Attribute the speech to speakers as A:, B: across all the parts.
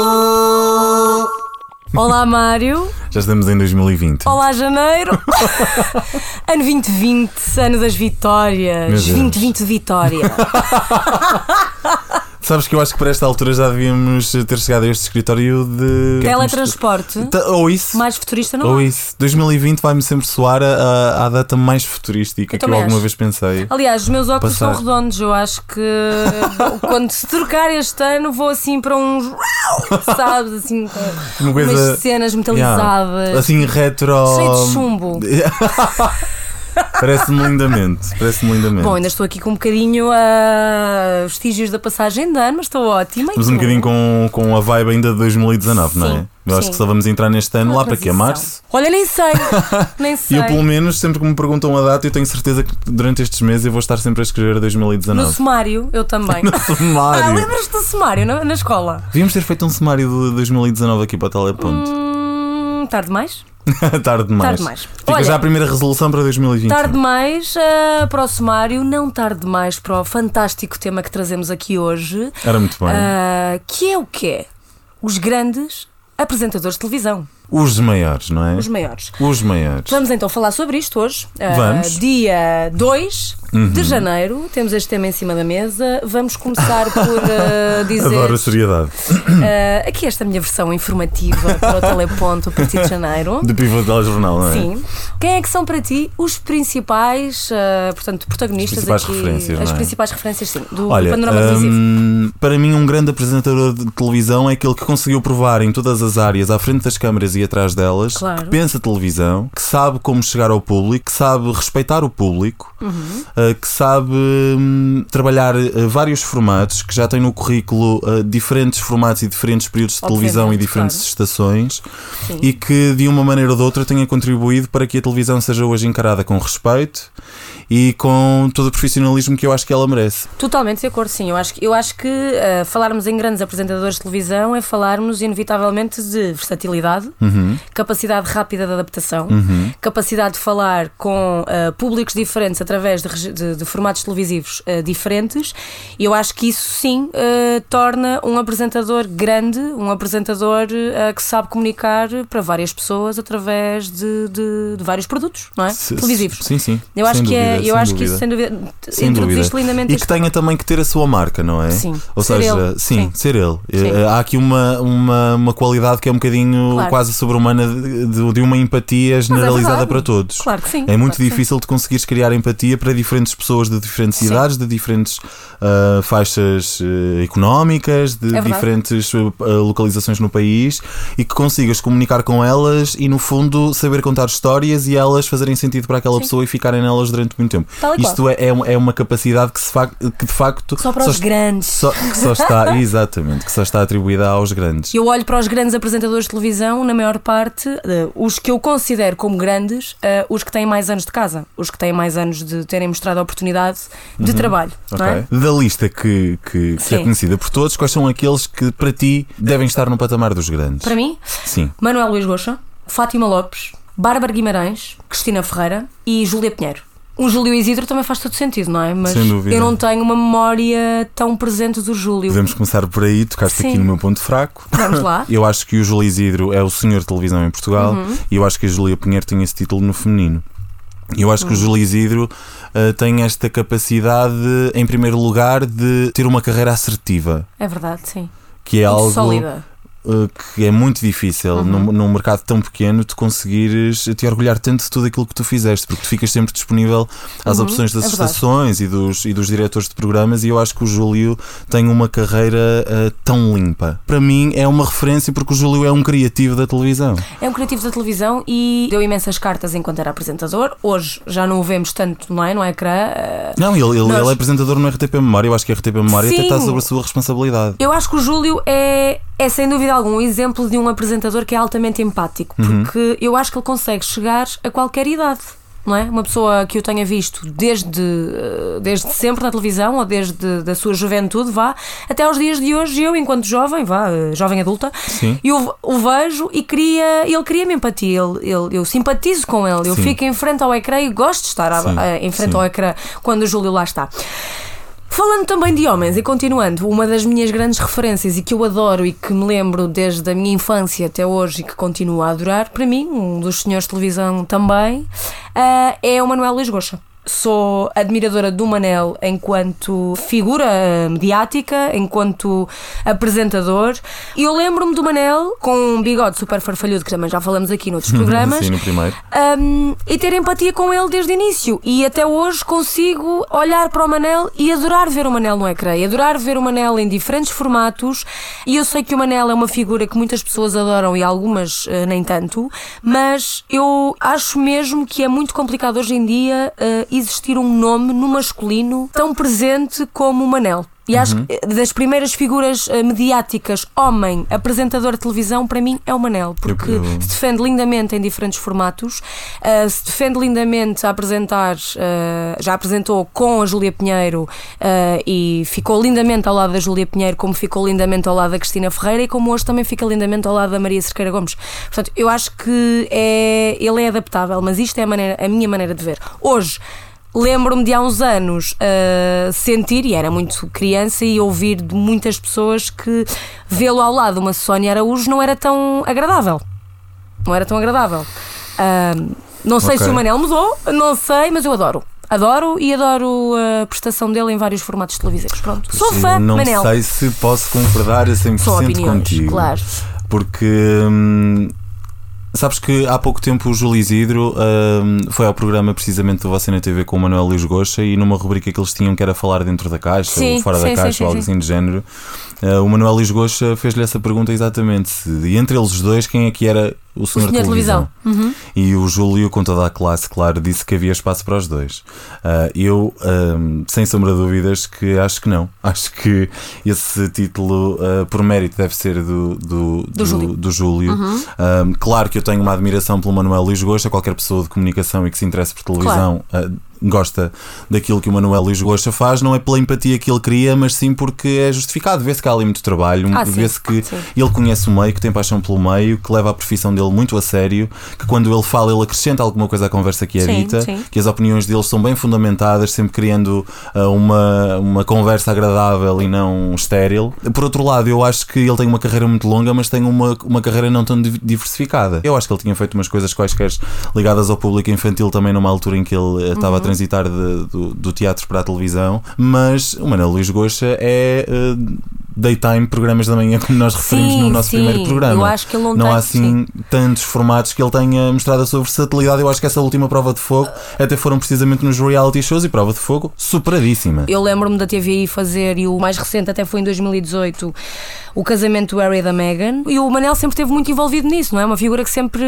A: Teleponto.
B: Olá, Mário.
C: Já estamos em 2020.
B: Olá, Janeiro. ano 2020, ano das vitórias.
C: Meu Deus.
B: 2020 vitória.
C: Sabes que eu acho que para esta altura já devíamos ter chegado a este escritório de.
B: Teletransporte.
C: Ta- Ou isso.
B: Mais futurista não
C: Ou
B: há.
C: isso. 2020 vai-me sempre soar a, a- à data mais futurística
B: Eu
C: que eu
B: também
C: alguma
B: acho. Ah,
C: vez pensei.
B: Aliás, os meus óculos
C: Passar.
B: são redondos. Eu acho que quando se trocar este ano, vou assim para uns. Sabes? Assim, com
C: Uma
B: umas cenas metalizadas.
C: Yeah. é. Assim retro.
B: Cheio de chumbo.
C: Parece-me lindamente. Parece-me lindamente.
B: Bom, ainda estou aqui com um bocadinho a vestígios da passagem de ano, mas estou ótima. e
C: Estamos um
B: tu?
C: bocadinho com, com a vibe ainda de 2019, não é?
B: Sim,
C: Eu acho
B: sim.
C: que só vamos entrar neste ano
B: Uma
C: lá para quê?
B: transição.
C: Março?
B: Olha, nem sei. nem
C: E
B: sei.
C: eu, pelo menos, sempre que me perguntam a data, eu tenho certeza que durante estes meses eu vou estar sempre a escrever
B: No
C: 2019.
B: sumário, eu também. Ah,
C: Sumário!
B: lembras-te do sumário na, na escola?
C: Devíamos ter feito um sumário de 2019 aqui para o Teleponto.
B: Hum, tarde demais?
C: tarde demais.
B: Hum, Tarde demais.
C: Fica
B: Olha-
C: já a primeira resolução para 2020.
B: Tarde demais ah, para o sumário, não tarde demais para o fantástico tema que trazemos aqui hoje,
C: Era muito bem.
B: ah, que é o quê? Os grandes apresentadores de televisão,
C: Os maiores, não é?
B: os maiores.
C: Os maiores.
B: Vamos então falar sobre isto hoje. Ah,
C: Vamos. Uhum.
B: Dia 2 de janeiro, temos este tema em cima da mesa. Vamos começar por ah, dizer.
C: Adoro a seriedade.
B: ah, aqui esta minha versão informativa para o Teleponto a partir de janeiro.
C: De pivô de telejornal, não é?
B: Sim. Quem é que são para ti os principais, ah, portanto, protagonistas
C: As principais
B: aqui?
C: referências,
B: as
C: não é?
B: principais referências, sim, do, do
C: Olha,
B: panorama televisivo.
C: hum, para mim, um grande apresentador de televisão é aquele que conseguiu provar em todas as áreas, à frente das câmaras e atrás delas,
B: Claro.
C: que pensa televisão, que sabe como chegar ao público, que sabe respeitar o público,
B: Uhum.
C: ah, que sabe hum, trabalhar ah, vários formatos, que já tem no currículo ah, diferentes formatos e diferentes períodos de televisão e
B: Obviamente,
C: diferentes
B: claro.
C: estações e que, de uma maneira ou de outra, tenha contribuído para que a televisão seja hoje encarada com respeito. E com todo o profissionalismo que eu acho que ela merece.
B: Totalmente de acordo, sim. Eu acho, que- eu acho que ah, falarmos em grandes apresentadores de televisão é falarmos, inevitavelmente, de versatilidade,
C: Uhum.
B: capacidade rápida de adaptação, capacidade de falar com ah, públicos diferentes através de, regi- de- de formatos televisivos ah, diferentes. E eu acho que isso, sim, ah, torna um apresentador grande, um apresentador ah, que sabe comunicar para várias pessoas através de, de- de vários produtos, não é?
C: Se-
B: televisivos.
C: Sim, sim.
B: Eu acho
C: Sem
B: que é,
C: dúvida,
B: eu
C: sem
B: acho que
C: dúvida.
B: isso sem dúvida
C: Sem
B: introduziste
C: dúvida.
B: lindamente
C: E
B: este
C: que tenha também que ter a sua marca, não é?
B: Sim.
C: Ou
B: Ser
C: seja,
B: ele.
C: Sim,
B: Sim.
C: ser ele.
B: Sim.
C: Eh, Há aqui uma, uma, uma qualidade que é um bocadinho
B: Claro. é
C: quase sobre-humana de, de- de uma empatia generalizada
B: verdade.
C: para todos.
B: Claro que sim.
C: É muito
B: claro que sim.
C: difícil de conseguires criar empatia para diferentes pessoas de diferentes
B: Sim.
C: idades, de diferentes ah, faixas eh, económicas, de
B: É verdade.
C: diferentes eh, localizações no país e que consigas comunicar com elas e, no fundo, saber contar histórias e elas fazerem sentido para aquela
B: Sim.
C: pessoa e ficarem nelas durante muito tempo.
B: Tal e qual.
C: Isto é, é, um- é uma capacidade que, se fa- que de facto.
B: Só para os
C: est-
B: grandes.
C: só- que só está, exatamente, que só está atribuída aos grandes.
B: Eu olho para os grandes apresentadores de televisão, na maior parte, eh, os que eu considero como grandes, eh, os que têm mais anos de casa, os que têm mais anos de terem mostrado a oportunidade de trabalho.
C: Uhum. Ok.
B: Não é?
C: Da lista que, que, que é
B: Sim.
C: conhecida por todos, quais são aqueles que para ti devem estar no patamar dos grandes?
B: Para mim,
C: Sim.
B: Manuel Luís Goxa, Fátima Lopes, Bárbara Guimarães, Cristina Ferreira e Júlia Pinheiro. Um Júlio Isidro também faz todo sentido, não é? Mas
C: Sem dúvida.
B: eu não tenho uma memória tão presente do Júlio.
C: Podemos começar por aí, tocaste
B: Sim.
C: aqui no meu ponto fraco.
B: Vamos lá.
C: Eu acho que o Júlio Isidro é o senhor de televisão em Portugal
B: Uhum.
C: e eu acho que a Júlia Pinheiro tem esse título no feminino. E Eu acho
B: Uhum.
C: que o Júlio Isidro ah, tem esta capacidade, em primeiro lugar, de ter uma carreira assertiva,
B: É verdade, sim.
C: que é
B: Muito
C: algo
B: sólida.
C: uh, que é muito difícil
B: Uhum.
C: num, num mercado tão pequeno tu conseguires te orgulhar tanto de tudo aquilo que tu fizeste, porque tu ficas sempre disponível às opções das
B: é verdade.
C: estações e dos, e dos diretores de programas, e eu acho que o Júlio tem uma carreira uh, tão limpa. Para mim é uma referência porque o Júlio é um criativo da televisão.
B: É um criativo da televisão e deu imensas cartas enquanto era apresentador. Hoje já não o vemos tanto, não é? No ecrã. Eh,
C: Não, ele, ele,
B: Nós-
C: ele é apresentador no RTP Memória, eu acho que a RTP Memória
B: Sim.
C: até está sobre a sua responsabilidade.
B: Eu acho que o Júlio é, é sem dúvida algum um exemplo de um apresentador que é altamente empático,
C: Uhum.
B: porque eu acho que ele consegue chegar a qualquer idade. Não é? Uma pessoa que eu tenha visto desde, eh, desde sempre na televisão ou desde da sua juventude, vá, até aos dias de hoje, eu, enquanto jovem, vá, eh, jovem adulta,
C: Sim.
B: eu v- o vejo e cria, ele cria-me empatia, ele, ele- eu simpatizo com ele, eu
C: Sim.
B: fico em frente ao ecrã e gosto de estar à-
C: Sim,
B: a- em frente
C: sim.
B: ao ecrã quando o Júlio lá está. Falando também de homens e continuando, uma das minhas grandes referências e que eu adoro e que me lembro desde a minha infância até hoje e que continuo a adorar, para mim, um dos senhores de televisão também, ah, é o Manuel Luís Goxa. Sou admiradora do Manel enquanto figura ah, mediática, enquanto apresentador. E eu lembro-me do Manel com um bigode super farfalhudo, que também já falamos aqui noutros programas.
C: Sim, no primeiro.
B: Um, e ter empatia com ele desde o início. E até hoje consigo olhar para o Manel e adorar ver o Manel no ecrã, e adorar ver o Manel em diferentes formatos. E eu sei que o Manel é uma figura que muitas pessoas adoram e algumas eh, nem tanto, mas eu acho mesmo que é muito complicado hoje em dia eh, existir um nome no masculino tão presente como o Manel. E acho
C: Uhum.
B: que eh, das primeiras figuras eh, mediáticas, homem, apresentador de televisão, para mim é o Manel, porque
C: eu-
B: se defende lindamente em diferentes formatos, uh, se defende lindamente a apresentar, uh, já apresentou com a Júlia Pinheiro uh, e ficou lindamente ao lado da Júlia Pinheiro, como ficou lindamente ao lado da Cristina Ferreira e como hoje também fica lindamente ao lado da Maria Cerqueira Gomes. Portanto, eu acho que é, ele é adaptável, mas isto é a, maneira- a minha maneira de ver. Hoje. Lembro-me de há uns anos uh, sentir, e era muito criança, e ouvir de muitas pessoas que vê-lo ao lado de uma Sónia Araújo não era tão agradável não era tão agradável. Ahm, não sei
C: Ok.
B: se o Manel mudou, não sei, mas eu adoro. Adoro e adoro a prestação dele em vários formatos televisivos. Pronto. Sou
C: Sim,
B: fã,
C: não
B: Manel.
C: sei se posso concordar a 100%
B: São opiniões,
C: contigo.
B: claro.
C: Porque. hum, Sabes que há pouco tempo o Júlio Isidro hum, foi ao programa precisamente do Você na TV com o Manuel Luís Goxa e numa rubrica que eles tinham que era falar dentro da caixa ou
B: Sim,
C: fora da
B: sim,
C: caixa
B: sim, sim,
C: ou algo
B: sim.
C: assim de género, uh, o Manuel Luís Goxa fez-lhe essa pergunta exatamente. se- E entre eles dois, quem é que era o senhor,
B: senhor de televisão.
C: E o Júlio, com toda a classe, claro, disse que havia espaço para os dois. Ah, eu, ahm, sem sombra de dúvidas, que acho que não. Acho que esse título, ah, por mérito, deve ser do, do, do-
B: Júlio. Uhum.
C: do Júlio. Ahm, claro que eu tenho uma admiração pelo Manuel Luís Gosta, qualquer pessoa de comunicação e que se interesse por televisão. ah, Gosta daquilo que o Manuel Luís Gosta faz, não é pela empatia que ele cria, mas sim porque é justificado. Vê-se que há ali muito trabalho,
B: Ah, sim.
C: vê-se que
B: Sim.
C: ele conhece o meio, que tem paixão pelo meio, que leva a profissão dele muito a sério, que quando ele fala, ele acrescenta alguma coisa à conversa que é
B: Sim,
C: dita,
B: sim.
C: que as opiniões dele são bem fundamentadas, sempre criando ah, uma, uma conversa agradável e não estéril. Por outro lado, eu acho que ele tem uma carreira muito longa, mas tem uma, uma carreira não tão div- diversificada. Eu acho que ele tinha feito umas coisas quaisquer ligadas ao público infantil também numa altura em que ele eh,
B: Uhum.
C: estava a transitar de- do, do teatro para a televisão, mas o Manuel Luís Goxa é. eh, Daytime, programas da manhã, como nós referimos
B: Sim,
C: no nosso
B: sim.
C: primeiro programa.
B: Eu acho que ele não tá
C: Não
B: tem-
C: há assim tantos formatos que ele tenha mostrado a sua versatilidade. Eu acho que essa última prova de fogo até foram precisamente nos reality shows e prova de fogo superadíssima.
B: Eu lembro-me da TVI fazer, e o mais recente até foi em 2018, o casamento do Harry e da Meghan. E o Manel sempre esteve muito envolvido nisso, não é? Uma figura que sempre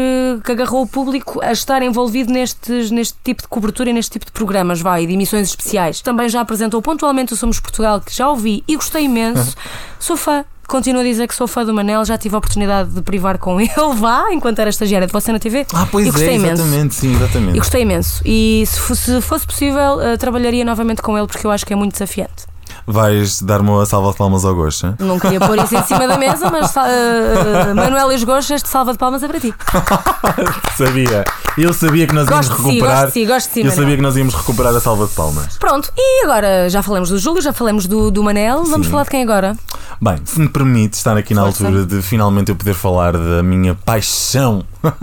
B: que agarrou o público a estar envolvido nestes, neste tipo de cobertura e neste tipo de programas, vai, de emissões especiais. Também já apresentou pontualmente o Somos Portugal, que já ouvi e gostei imenso. Sou fã. Continuo a dizer que sou fã do Manel, já tive a oportunidade de privar com ele, vá, enquanto era estagiária de você na TV.
C: Ah, pois
B: e
C: é,
B: gostei imenso.
C: exatamente, sim,
B: E
C: exatamente.
B: gostei imenso. E se fosse, se fosse possível, eh, trabalharia novamente com ele porque eu acho que é muito desafiante.
C: Vais dar uma salva de palmas ao gosto. hein?
B: Não queria pôr isso em cima da mesa, mas eh, Manuel Esgocha, este salva de palmas é para ti.
C: Sabia. Eu sabia que nós íamos
B: Gosto de si,
C: recuperar.
B: gosto de si, gosto de si,
C: eu
B: Manuel.
C: sabia que nós íamos recuperar a salva de palmas.
B: Pronto, e agora já falamos do Júlio, já falamos do, do Manel, vamos
C: Sim.
B: falar de quem agora?
C: Bem, se me permite estar aqui na
B: Força.
C: altura de finalmente eu poder falar da minha paixão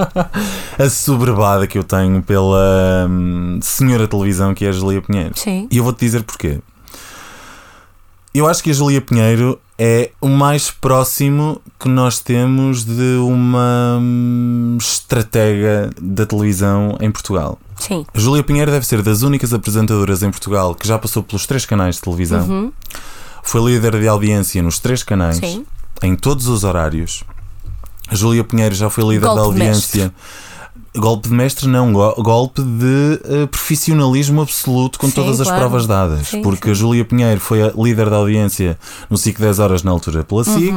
C: assoberbada que eu tenho pela hum, senhora televisão que é a Julia Pinheiro.
B: Sim.
C: E eu vou-te dizer porquê. Eu acho que a Julia Pinheiro é o mais próximo que nós temos de uma hum, estratega da televisão em Portugal.
B: Sim.
C: Júlia Pinheiro deve ser das únicas apresentadoras em Portugal que já passou pelos três canais de televisão. Foi líder de audiência nos três canais,
B: Sim.
C: em todos os horários. A Júlia Pinheiro já foi líder
B: Golpe
C: da
B: de
C: audiência. Golpe de mestre, não, go- golpe de eh, profissionalismo absoluto com
B: Sim,
C: todas as
B: claro.
C: provas dadas.
B: Sim, Uhum.
C: porque a Júlia Pinheiro foi a líder da audiência no SIC 10 Horas na altura pela SIC,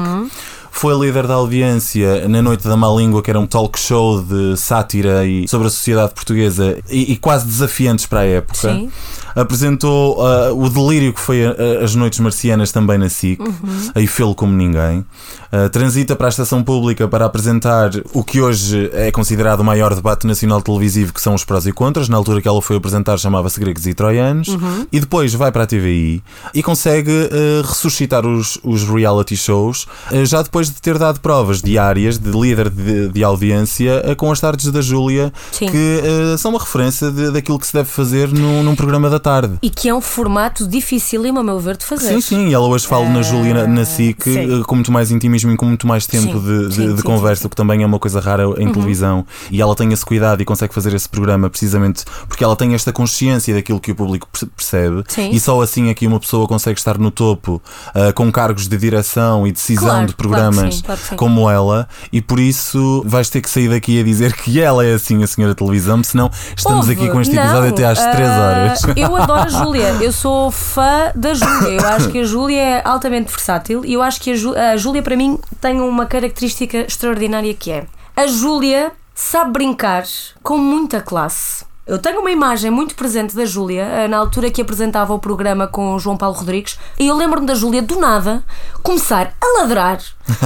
C: Foi líder da audiência na Noite da Má Língua, que era um talk show de sátira e sobre a sociedade portuguesa e, e quase desafiantes para a época.
B: Sim.
C: Apresentou uh, o delírio que foi a- a- as Noites Marcianas também na SIC,
B: Uhum.
C: aí fê-lo como ninguém. Uh, transita para a estação pública para apresentar o que hoje é considerado o maior debate nacional televisivo, que são os prós e contras. Na altura que ela foi apresentar, chamava-se Gregos e Troianos.
B: Uhum.
C: E depois vai para a TVI e consegue uh, ressuscitar os, os reality shows, uh, já depois de ter dado provas diárias de líder de, de audiência uh, com as tardes da Júlia,
B: Sim.
C: que uh, são uma referência de- daquilo que se deve fazer num, num programa da tarde.
B: E que é um formato dificílimo, a meu ver, de fazer.
C: Sim, sim, e ela hoje fala na
B: Ah,
C: Júlia na- na SIC
B: sim.
C: eh, com muito mais intimismo e com muito mais
B: Sim,
C: tempo de, de-
B: sim, sim,
C: de
B: Uhum.
C: conversa, o que também é uma coisa rara em televisão. E ela tem esse cuidado e consegue fazer esse programa precisamente porque ela tem esta consciência daquilo que o público perce- percebe.
B: Sim.
C: E só assim é que uma pessoa consegue estar no topo ah, com cargos de direção e decisão
B: Claro,
C: de
B: claro
C: programas
B: que sim, claro que sim.
C: como ela. E por isso vais ter que sair daqui a dizer que ela é assim a senhora televisão, senão estamos
B: Houve.
C: aqui com este
B: Não,
C: episódio até às
B: ah,
C: 3 horas.
B: Eu adoro a Júlia, eu sou fã da Júlia. Eu acho que a Júlia é altamente versátil e eu acho que a Jú- a Júlia, para mim, tem uma característica extraordinária que é a Júlia sabe brincar com muita classe. Eu tenho uma imagem muito presente da Júlia, ah, na altura que apresentava o programa com o João Paulo Rodrigues, e eu lembro-me da Júlia, do nada, começar a ladrar,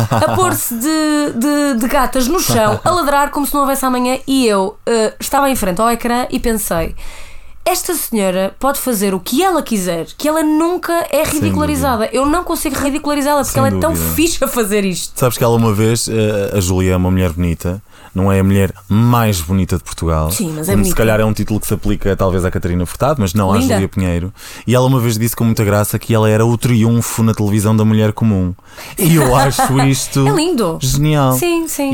B: a pôr-se de, de, de gatas no chão, a ladrar como se não houvesse amanhã, e eu ah, estava em frente ao ecrã e pensei: esta senhora pode fazer o que ela quiser, que ela nunca é ridicularizada. Eu não consigo ridicularizá-la porque
C: Sem
B: ela é tão
C: dúvida.
B: fixe a fazer isto.
C: Sabes que ela uma vez, eh, a Júlia é uma mulher bonita, não é a mulher mais bonita de Portugal.
B: Sim, mas é
C: Como Se
B: bonita.
C: calhar é um título que se aplica talvez à Catarina Furtado, mas não
B: Linda.
C: à Júlia Pinheiro. E ela uma vez disse com muita graça que ela era o triunfo na televisão da mulher comum. E eu acho isto
B: É lindo.
C: genial.
B: Sim, sim, sim, sim,
C: E-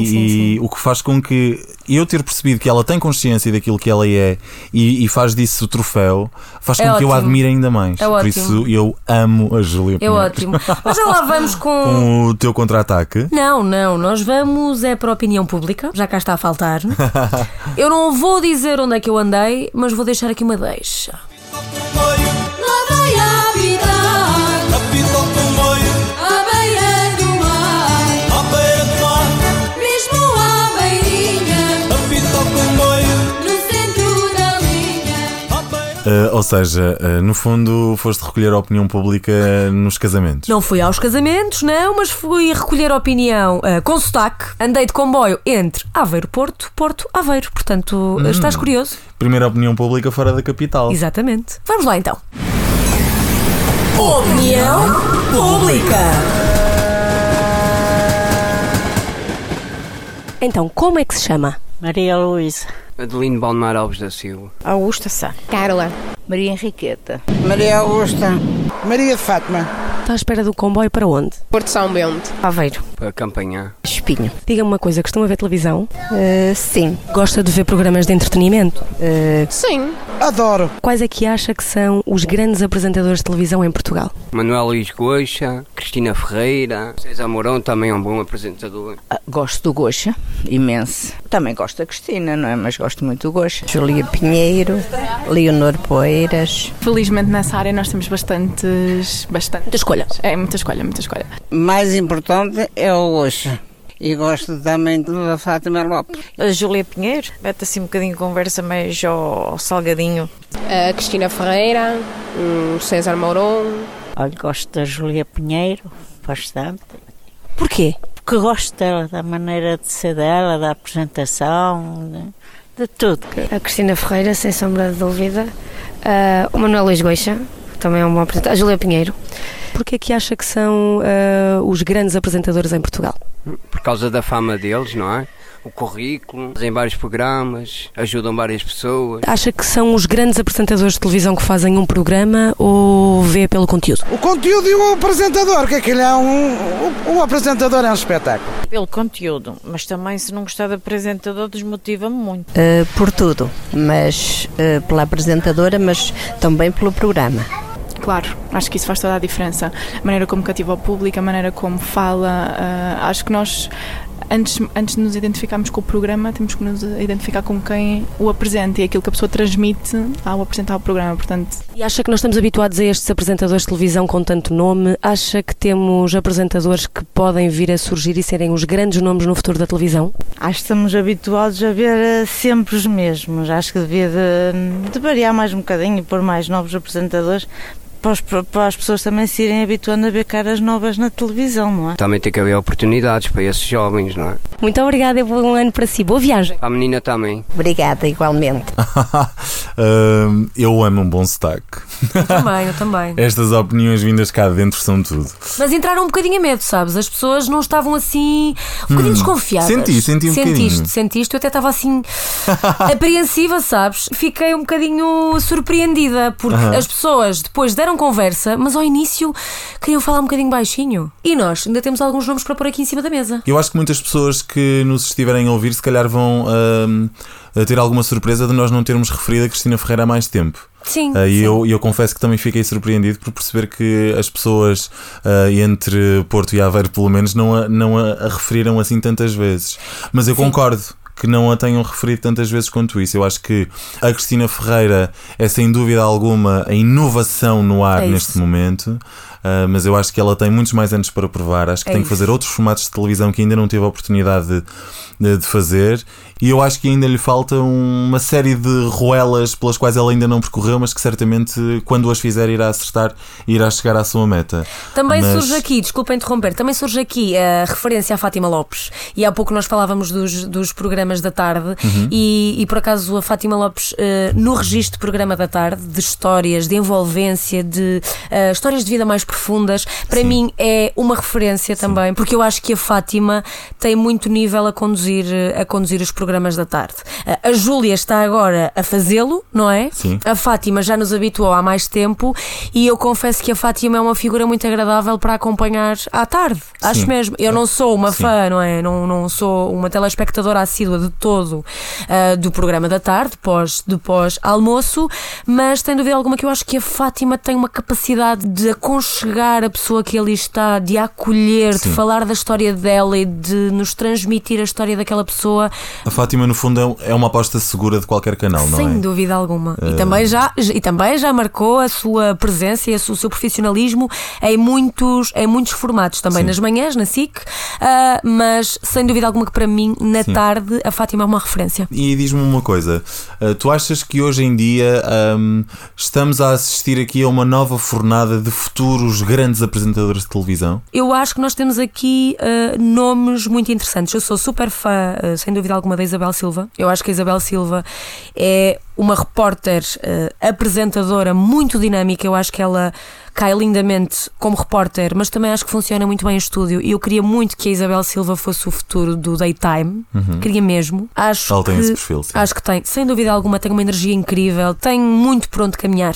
C: e-
B: sim,
C: e
B: sim.
C: o que faz com que eu ter percebido que ela tem consciência daquilo que ela é e, e faz disso o troféu, faz
B: É
C: com que eu a
B: ótimo.
C: admire ainda mais.
B: É
C: Por
B: ótimo.
C: isso eu amo a Júlia
B: É
C: Pinheiro.
B: ótimo. Mas já lá vamos com.
C: Com o teu contra-ataque.
B: Não, não, nós vamos é para a opinião pública, já cá está a faltar. Eu não vou dizer onde é que eu andei, mas vou deixar aqui uma deixa.
A: comboio,
D: Lá vai habitar
A: apita o comboio,
D: à beira do mar,
A: à beira do mar,
D: mesmo à beirinha,
A: apita o comboio,
D: no centro da linha.
A: à beira.
C: Uh, ou seja, uh, no fundo foste recolher a opinião pública nos casamentos.
B: Não fui aos casamentos, não, mas fui recolher opinião eh, com sotaque. Andei de comboio entre Aveiro Porto, Porto Aveiro. Portanto, eh, estás curioso?
C: Primeira opinião pública fora da capital.
B: Exatamente. Vamos lá então. Opinião pública. Então, como é que se chama?
E: Maria Luísa.
F: Adelino Balmar Alves da Silva.
E: Augusta Sá.
G: Carla. Maria Henriqueta.
H: Maria Augusta. Maria de Fátima.
B: Está à espera do comboio para onde?
G: Porto São Bento.
B: Aveiro.
F: Para campanhar.
G: Espinho.
B: Diga-me uma coisa, costuma ver televisão?
G: sim.
B: Gosta de ver programas de entretenimento?
G: Sim.
H: Adoro.
B: Quais é que acha que são os grandes apresentadores de televisão em Portugal?
F: Manuel Luís Coxa, Cristina Ferreira, César Mourão também é um bom apresentador.
I: Ah, Gosto do Goxa, imenso. Também gosto da Cristina, não é? Mas gosto muito do Goxa. Julia Pinheiro, Leonor Poeiras.
J: Felizmente nessa área nós temos bastantes. bastante. Muita
B: escolha.
J: É, muita escolha, muita escolha.
H: Mais importante é o hoje. E gosto também da Fátima Lopes.
E: A Júlia Pinheiro. Mete assim um bocadinho de conversa meio ao ao salgadinho.
G: A Cristina Ferreira. hum, César Mourão.
E: Olha, gosto da Júlia Pinheiro, bastante.
B: Porquê?
E: Porque gosto dela, da maneira de ser dela, da apresentação, de, de tudo.
K: A Cristina Ferreira, sem sombra de dúvida. Ah, o Manuel Luís Goixa, que também é um bom apresentador. A Júlia Pinheiro.
B: Porquê que acha que são ah, os grandes apresentadores em Portugal?
F: Por causa da fama deles, não é? O currículo, em vários programas, ajudam várias pessoas.
B: Acha que são os grandes apresentadores de televisão que fazem um programa ou vê pelo conteúdo?
H: O conteúdo e o apresentador, que aquilo é um. O, o apresentador é um espetáculo.
E: Pelo conteúdo, mas também se não gostar de apresentador desmotiva-me muito.
I: Eh, por tudo, mas eh, pela apresentadora, mas também pelo programa.
J: Claro, acho que isso faz toda a diferença. A maneira como cativa o público, a maneira como fala. ah, acho eh, que nós. antes, antes de nos identificarmos com o programa, temos que nos identificar com quem o apresenta e aquilo que a pessoa transmite ao apresentar o programa. Portanto,
B: E acha que nós estamos habituados a estes apresentadores de televisão com tanto nome? Acha que temos apresentadores que podem vir a surgir e serem os grandes nomes no futuro da televisão?
L: Acho que estamos habituados a ver eh, sempre os mesmos. Acho que devia de, de variar mais um bocadinho e pôr mais novos apresentadores para, os- para as pessoas também se irem habituando a ver caras novas na televisão, não é?
F: Também tem que haver oportunidades para esses jovens, não é?
B: Muito obrigada e bom ano para si. Boa viagem.
F: Para a menina também.
I: Obrigada, igualmente.
C: Ahm, eu amo um bom sotaque.
B: Eu também, eu também.
C: Estas opiniões vindas cá de dentro são tudo.
B: Mas entraram um bocadinho a medo, sabes? As pessoas não estavam assim. um bocadinho
C: Hum.
B: desconfiadas.
C: Senti, senti um
B: Sentiste,
C: bocadinho.
B: sentiste. Eu até estava assim. apreensiva, sabes? Fiquei um bocadinho surpreendida porque
M: Aham.
B: as pessoas depois deram conversa, mas ao início queriam falar um bocadinho baixinho. E nós ainda temos alguns nomes para pôr aqui em cima da mesa.
C: Eu acho que muitas pessoas que nos estiverem a ouvir, se calhar vão ahm, a ter alguma surpresa de nós não termos referido a Cristina Ferreira há mais tempo.
B: Sim,
C: Ah,
B: sim.
C: e eu, e eu confesso que também fiquei surpreendido por perceber que as pessoas ah, entre Porto e Aveiro, pelo menos, não a, não a, a referiram assim tantas vezes. Mas eu concordo que não a tenham referido tantas vezes quanto isso. Eu acho que a Cristina Ferreira é, sem dúvida alguma, a inovação no ar
B: É isso.
C: neste momento. ah, mas eu acho que ela tem muitos mais anos para provar. Acho que
B: É
C: tem que
B: isso.
C: fazer outros formatos de televisão que ainda não teve a oportunidade de, eh, de- de fazer. E eu acho que ainda lhe falta uma série de roelas pelas quais ela ainda não percorreu, mas que certamente quando as fizer irá acertar e irá chegar à sua meta.
B: Também
C: Mas-
B: surge aqui, desculpa interromper, também surge aqui a referência à Fátima Lopes. E há pouco nós falávamos dos, dos programas da tarde
M: Uhum.
B: e, e, por acaso a Fátima Lopes, eh, no registro de programa da tarde, de histórias, de envolvência, de eh, histórias de vida mais profundas, para mim é uma referência também, porque eu acho que a Fátima tem muito nível a conduzir, eh, a conduzir os programas da tarde. Eh, a Júlia está agora a fazê-lo, não é?
M: Sim.
B: A Fátima já nos habituou há mais tempo e eu confesso que a Fátima é uma figura muito agradável para acompanhar à tarde. Acho mesmo. Eu não sou uma fã, não é? Não, não sou uma telespectadora assídua de todo ah, do programa da tarde, pós, de pós-almoço, mas sem dúvida alguma que eu acho que a Fátima tem uma capacidade de aconchegar a pessoa que ali está, de a acolher,
C: Sim.
B: de falar da história dela e de nos transmitir a história daquela pessoa
C: A Fátima, no fundo, é é uma aposta segura de qualquer canal, não é?
B: sem dúvida alguma.
C: Eh,
B: E, também já, e também já marcou a sua presença e a su- o seu profissionalismo em muitos, em muitos formatos, também
M: Sim.
B: nas manhãs, na SIC, ah, mas sem dúvida alguma que para mim, na
C: Sim.
B: tarde, a Fátima é uma referência.
C: E diz-me uma coisa: ah, tu achas que hoje em dia ahm, estamos a assistir aqui a uma nova fornada de futuros grandes apresentadores de televisão?
B: Eu acho que nós temos aqui ah, nomes muito interessantes. Eu sou super fã, ah, sem dúvida alguma, da Isabel Silva. Eu acho que a Isabel Silva é uma repórter ah, apresentadora muito dinâmica. Eu acho que ela cai lindamente como repórter, mas também acho que funciona muito bem em estúdio. E eu queria muito que a Isabel Silva fosse o futuro do daytime.
M: Uhum.
B: Queria mesmo. Acho
M: Ela tem
B: que,
M: esse perfil, sim.
B: Acho que tem. Sem dúvida alguma, tem uma energia incrível, tem muito por onde caminhar.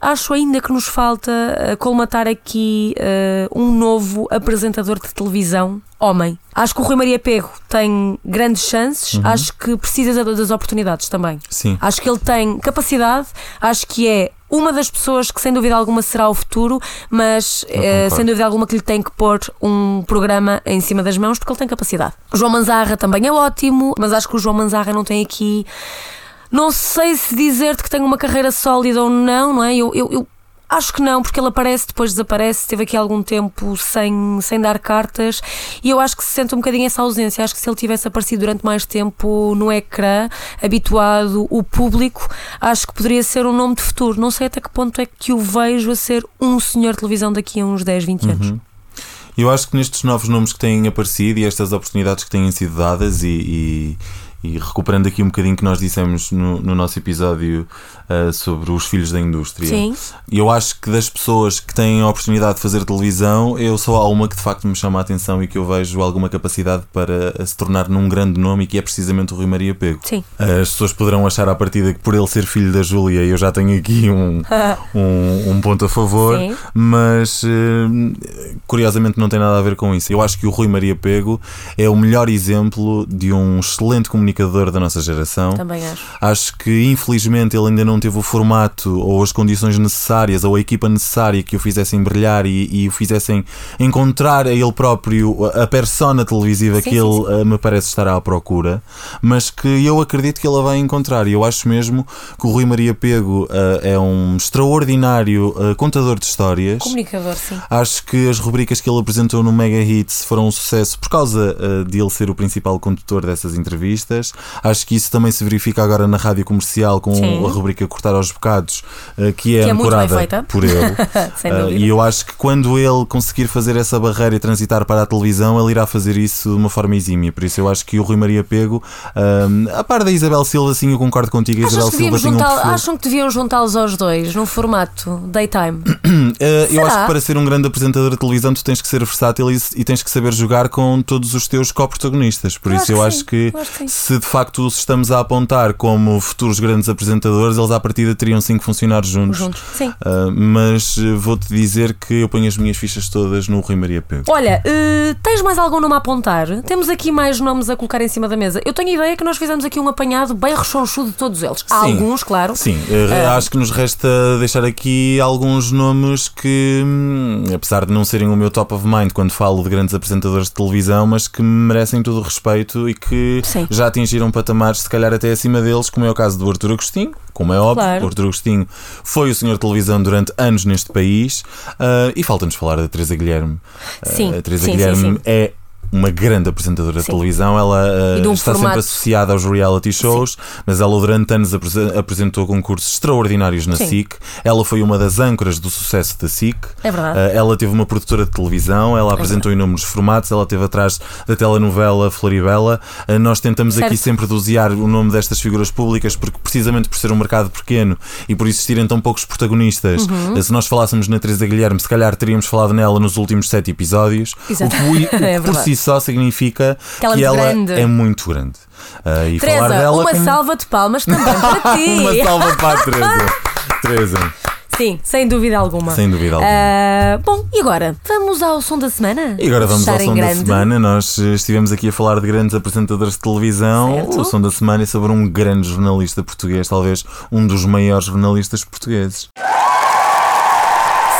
B: Acho ainda que nos falta eh, colmatar aqui eh, um novo apresentador de televisão homem. Acho que o Rui Maria Pego tem grandes chances,
M: Uhum.
B: acho que precisa da- das oportunidades também.
M: Sim.
B: Acho que ele tem capacidade, acho que é uma das pessoas que sem dúvida alguma será o futuro, mas eh,
M: concordo.
B: sem dúvida alguma que lhe tem que pôr um programa em cima das mãos porque ele tem capacidade. O João Manzarra também é ótimo, mas acho que o João Manzarra não tem aqui. Não sei se dizer-te que tem uma carreira sólida ou não, não é? Eu, eu- eu acho que não, porque ele aparece, depois desaparece, teve aqui algum tempo sem, sem dar cartas e eu acho que se sente um bocadinho essa ausência. Acho que se ele tivesse aparecido durante mais tempo no ecrã, habituado o público, acho que poderia ser um nome de futuro. Não sei até que ponto é que o vejo a ser um senhor de televisão daqui a uns 10, 20 anos.
C: Uhum. Eu acho que nestes novos nomes que têm aparecido e estas oportunidades que têm sido dadas e, e- e recuperando aqui um bocadinho que nós dissemos no, no nosso episódio ah, sobre os filhos da indústria,
B: Sim.
C: eu acho que das pessoas que têm a oportunidade de fazer televisão, eu sou há uma que de facto me chama a atenção e que eu vejo alguma capacidade para eh, se tornar num grande nome e que é precisamente o Rui Maria Pego.
B: Sim.
C: As pessoas poderão achar à partida que por ele ser filho da Júlia eu já tenho aqui um,
B: Ah,
C: um, um ponto a favor,
B: Sim.
C: mas eh, curiosamente não tem nada a ver com isso. Eu acho que o Rui Maria Pego é o melhor exemplo de um excelente comunicador comunicador da nossa geração.
B: Também acho.
C: Acho que infelizmente ele ainda não teve o formato ou as condições necessárias ou a equipa necessária que o fizessem brilhar e, e o fizessem encontrar a ele próprio a a persona televisiva
M: Sim,
C: que
M: sim,
C: ele
M: sim.
C: eh, me parece estar à procura, mas que eu acredito que ela vai encontrar. E eu acho mesmo que o Rui Maria Pego eh, é um extraordinário eh, contador de histórias.
B: Comunicador, sim.
C: Acho que as rubricas que ele apresentou no Mega Hits foram um sucesso por causa eh, de ele ser o principal condutor dessas entrevistas. Acho que isso também se verifica agora na rádio comercial com
B: Sim.
C: a rubrica Cortar aos Bocados, eh, que é,
B: Que é muito bem
C: ancorada
B: feita.
C: por ele.
B: Sem
C: Eh,
B: dúvida.
C: e eu acho que quando ele conseguir fazer essa barreira e transitar para a televisão, ele irá fazer isso de uma forma exímia. Por isso eu acho que o Rui Maria Pego, eh, a par da Isabel Silva, sim, eu concordo contigo. A
B: Achas
C: Isabel
B: que
C: Silva
B: devíamos
C: tem um
B: juntá
C: perfil.
B: Acham que deviam juntá-los aos dois num formato daytime?
C: Eh, eu
B: Será?
C: acho que para ser um grande apresentador de televisão tu tens que ser versátil e, e tens que saber jogar com todos os teus co-protagonistas. Por
B: Eu
C: isso eu acho
B: acho que sim,
C: que,
B: eu acho que sim.
C: se de facto os estamos a apontar como futuros grandes apresentadores, eles à partida teriam sim que funcionar juntos.
B: Juntos, sim.
C: Eh, mas eh, vou-te dizer que eu ponho as minhas fichas todas no Rui Maria Pego.
B: Olha, eh, tens mais algum nome a apontar? Temos aqui mais nomes a colocar em cima da mesa. Eu tenho a ideia que nós fizemos aqui um apanhado bem rechonchudo de todos eles. Há
C: Sim.
B: alguns, claro.
C: Sim, eh,
B: Ah,
C: acho que nos resta deixar aqui alguns nomes que, hum, apesar de não serem o meu top of mind quando falo de grandes apresentadores de televisão, mas que merecem todo o respeito e que já atingiram patamares, se calhar até acima deles, como é o caso do Artur Agostinho, como é óbvio.
B: Claro.
C: O Artur Agostinho foi o senhor de televisão durante anos neste país Ah, e falta-nos falar da Teresa Guilherme. Ah,
B: Sim,
C: a Teresa
B: sim, sim,
C: Guilherme
B: sim.
C: é. Uma grande apresentadora de
B: Sim.
C: televisão, ela ah,
B: E de um
C: está sempre
B: formato
C: associada associada aos reality shows, mas ela durante anos apresen- apresentou concursos extraordinários na
B: Sim.
C: SIC. Ela foi uma das âncoras do sucesso da SIC.
B: É verdade. É
C: Ah, ela teve uma produtora de televisão, ela apresentou inúmeros formatos, ela esteve atrás da telenovela Floribela. Ah, nós tentamos aqui
B: Certo.
C: sempre dosear o nome destas figuras públicas, porque precisamente por ser um mercado pequeno e por existirem tão poucos protagonistas,
B: Uhum.
C: ah, se nós falássemos na Teresa Guilherme, se calhar teríamos falado nela nos últimos sete episódios.
B: Exato.
C: O que, o que
B: É
C: por
B: verdade.
C: si só significa
B: Que ela é muito
C: que ela
B: grande.
C: é muito grande. Ah, e
B: Teresa,
C: falar dela
B: uma
C: como-
B: salva de palmas também para ti.
C: uma salva para a Teresa. Teresa.
B: Sim, sem dúvida alguma.
C: Sem dúvida alguma.
B: Ah, bom, e agora? Vamos ao som da semana?
C: E agora vamos ao
B: Fechar em
C: som da
B: grande.
C: semana. Nós eh, estivemos aqui a falar de grandes apresentadores de televisão.
B: Certo.
C: O som da semana é sobre um grande jornalista português, talvez um dos maiores jornalistas portugueses.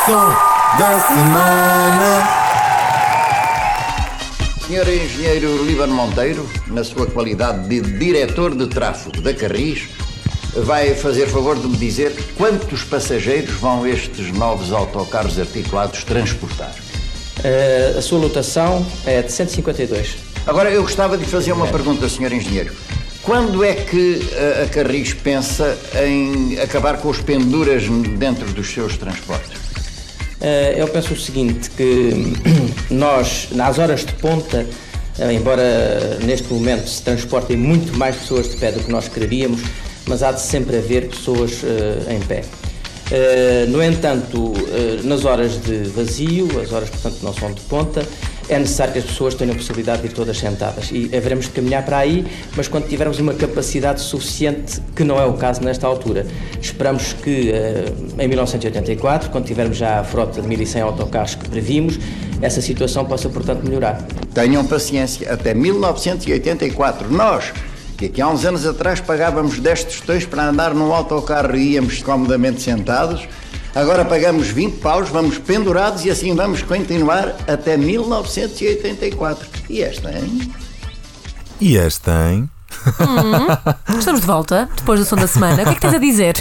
C: Som da semana.
N: Senhor Engenheiro Líbano Monteiro, na sua qualidade de diretor de tráfego da Carris, vai fazer favor de me dizer quantos passageiros vão estes novos autocarros articulados transportar.
O: Eh, a sua lotação é de 152.
N: Agora, eu gostava de lhe fazer
O: É.
N: uma pergunta, Senhor Engenheiro. Quando é que eh, a Carris pensa em acabar com os penduras dentro dos seus transportes?
O: Eh, eu penso o seguinte, que hum, nós, nas horas de ponta, eh, embora neste momento se transportem muito mais pessoas de pé do que nós quereríamos, mas há de sempre haver pessoas eh, em pé. Eh, no entanto, eh, nas horas de vazio, as horas portanto não são de ponta, é necessário que as pessoas tenham a possibilidade de ir todas sentadas e haveremos de caminhar para aí, mas quando tivermos uma capacidade suficiente, que não é o caso nesta altura. Esperamos que eh, em 1984, quando tivermos já a frota de 1100 autocarros que previmos, essa situação possa portanto melhorar.
N: Tenham paciência, até 1984. Nós, que aqui há uns anos atrás pagávamos 10 tostões para andar num autocarro e íamos comodamente sentados, agora pagamos 20 paus, vamos pendurados e assim vamos continuar até 1984. E esta, hein?
C: E esta, hein?
B: Hum, estamos de volta, depois do som da semana. O que é que tens a dizer?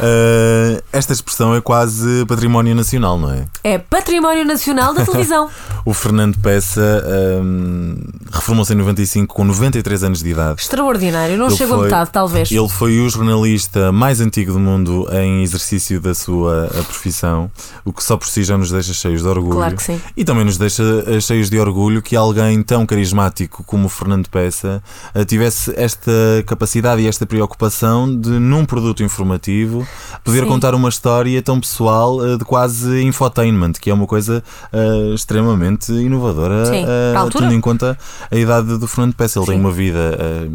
C: Eh, esta expressão é quase património nacional, não é?
B: É património nacional da televisão.
C: O Fernando Peça hum, reformou-se em 95 com 93 anos de idade.
B: Extraordinário, não
C: Ele
B: chego a
C: foi-
B: metade, talvez.
C: Ele foi o jornalista mais antigo do mundo em exercício da sua a profissão, o que só por si já nos deixa cheios de orgulho.
B: Claro que sim.
C: E também nos deixa eh, cheios de orgulho que alguém tão carismático como o Fernando Peça eh, tivesse esta capacidade e esta preocupação de, num produto informativo, poder
B: Sim.
C: contar uma história tão pessoal eh, de quase infotainment, que é uma coisa eh, extremamente inovadora,
B: Sim,
C: eh,
B: para a altura.
C: tendo em conta a idade do Fernando Peça. Ele tem uma vida eh,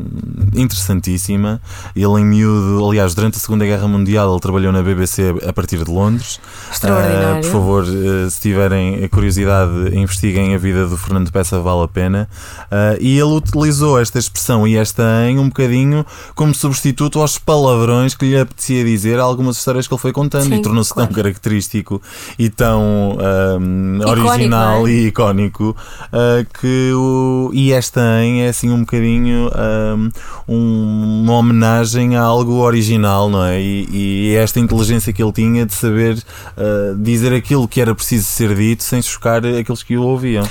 C: interessantíssima. Ele, em miúdo, aliás, durante a Segunda Guerra Mundial, ele trabalhou na BBC a partir de Londres.
B: Extraordinário. extraordinário.
C: por favor, eh, se tiverem a curiosidade, investiguem a vida do Fernando Peça, vale a pena. Ah, e ele utilizou esta expressão e esta em um bocadinho como substituto aos palavrões que lhe apetecia dizer a algumas histórias que ele foi contando
B: Sim,
C: e tornou-se tão característico e tão eh, ahm,
B: Icónico,
C: original
B: não é?
C: e icónico ah, que o e esta em é assim um bocadinho ahm, um- uma homenagem a algo original, não é? E, e esta inteligência que ele tinha de saber ah, dizer aquilo que era preciso ser dito sem chocar aqueles que o ouviam.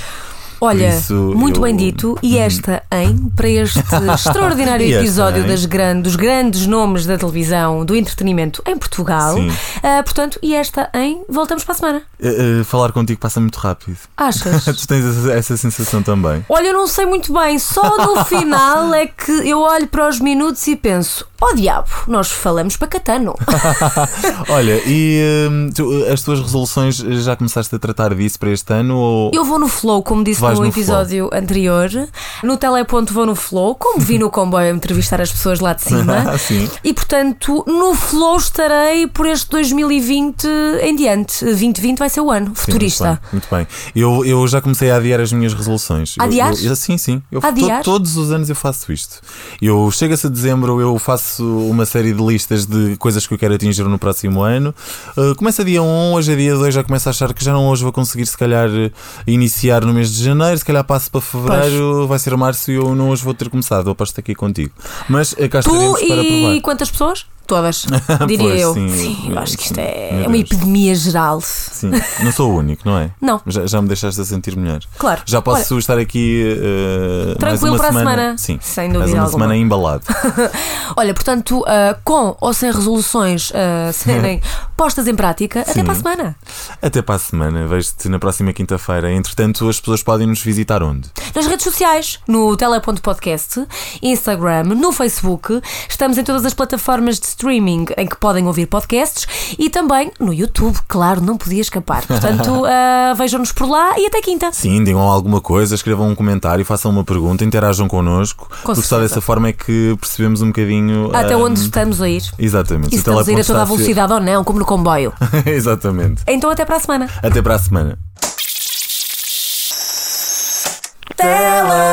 B: Olha,
C: Por isso
B: muito
C: eu-
B: bem
C: Uhum.
B: dito. E esta em, para este extraordinário
C: E esta
B: episódio
C: em?
B: das grandes, dos grandes nomes da televisão, do entretenimento em Portugal.
C: Sim.
B: Ah, portanto, e esta em, voltamos para a semana.
C: Ah, ah, falar contigo passa muito rápido.
B: Achas?
C: tu tens essa- essa sensação também.
B: Olha, eu não sei muito bem, só no final é que eu olho para os minutos e penso: oh diabo, nós falamos para Catano.
C: Olha, e hum, tu, as tuas resoluções já começaste a tratar disso para este ano? Ou...
B: Eu vou no flow, como disse
C: Vais
B: no,
C: no
B: episódio anterior. No teleponto vou no flow, como vi no comboio entrevistar as pessoas lá de cima.
C: Sim.
B: E portanto, no flow estarei por este 2020 em diante. 2020 vai ser o ano, futurista.
C: Sim, muito bem. muito bem. Eu, eu já comecei a adiar as minhas resoluções. Eu-
B: Adiares?
C: eu- eu- sim, sim. Eu, to-
B: Adiares?
C: todos os anos eu faço isto. Eu chega-se a dezembro, eu faço uma série de listas de coisas que eu quero atingir no próximo ano. Uh, começa dia 1, hoje é dia 2, já começo a achar que já não hoje vou conseguir, se calhar, eh, iniciar no mês de janeiro, se calhar passo para fevereiro, vai ser março e eu não hoje vou ter começado. Eu aposto aqui contigo. Mas eh, cá
B: tu
C: estaremos para provar.
B: e quantas pessoas? Todas, diria
C: Pois,
B: eu.
C: sim.
B: eu acho que isto é
C: Meu
B: uma
C: Deus.
B: epidemia geral.
C: Sim, não sou o único, não é?
B: Não.
C: Já, já me deixaste a sentir melhor.
B: Claro.
C: Já posso estar aqui eh, mais
B: Tranquilo
C: uma
B: para a
C: semana.
B: semana.
C: Sim.
B: Sem
C: mais
B: dúvida
C: uma
B: alguma.
C: semana embalado.
B: Olha, portanto, ah, com ou sem resoluções ah, serem postas em prática, até
C: Sim.
B: para a semana.
C: Até para a semana. Vejo-te na próxima quinta-feira. Entretanto, as pessoas podem nos visitar onde?
B: Nas redes sociais, no Teleponto Podcast, Instagram, no Facebook, estamos em todas as plataformas de streaming em que podem ouvir podcasts e também no YouTube, claro, não podia escapar. Portanto, ah, vejam-nos por lá e até quinta.
C: Sim, digam alguma coisa, escrevam um comentário, façam uma pergunta, interajam connosco. porque só
B: certeza.
C: dessa forma é que percebemos um bocadinho.
B: Até
C: ah,
B: onde estamos a ir.
C: Exatamente.
B: E se
C: O
B: estamos a ir a
C: teleponto
B: toda
C: está
B: a velocidade ou não, como no comboio.
C: Exatamente.
B: Então, até para a semana.
C: Até para a semana.
B: Teleponto!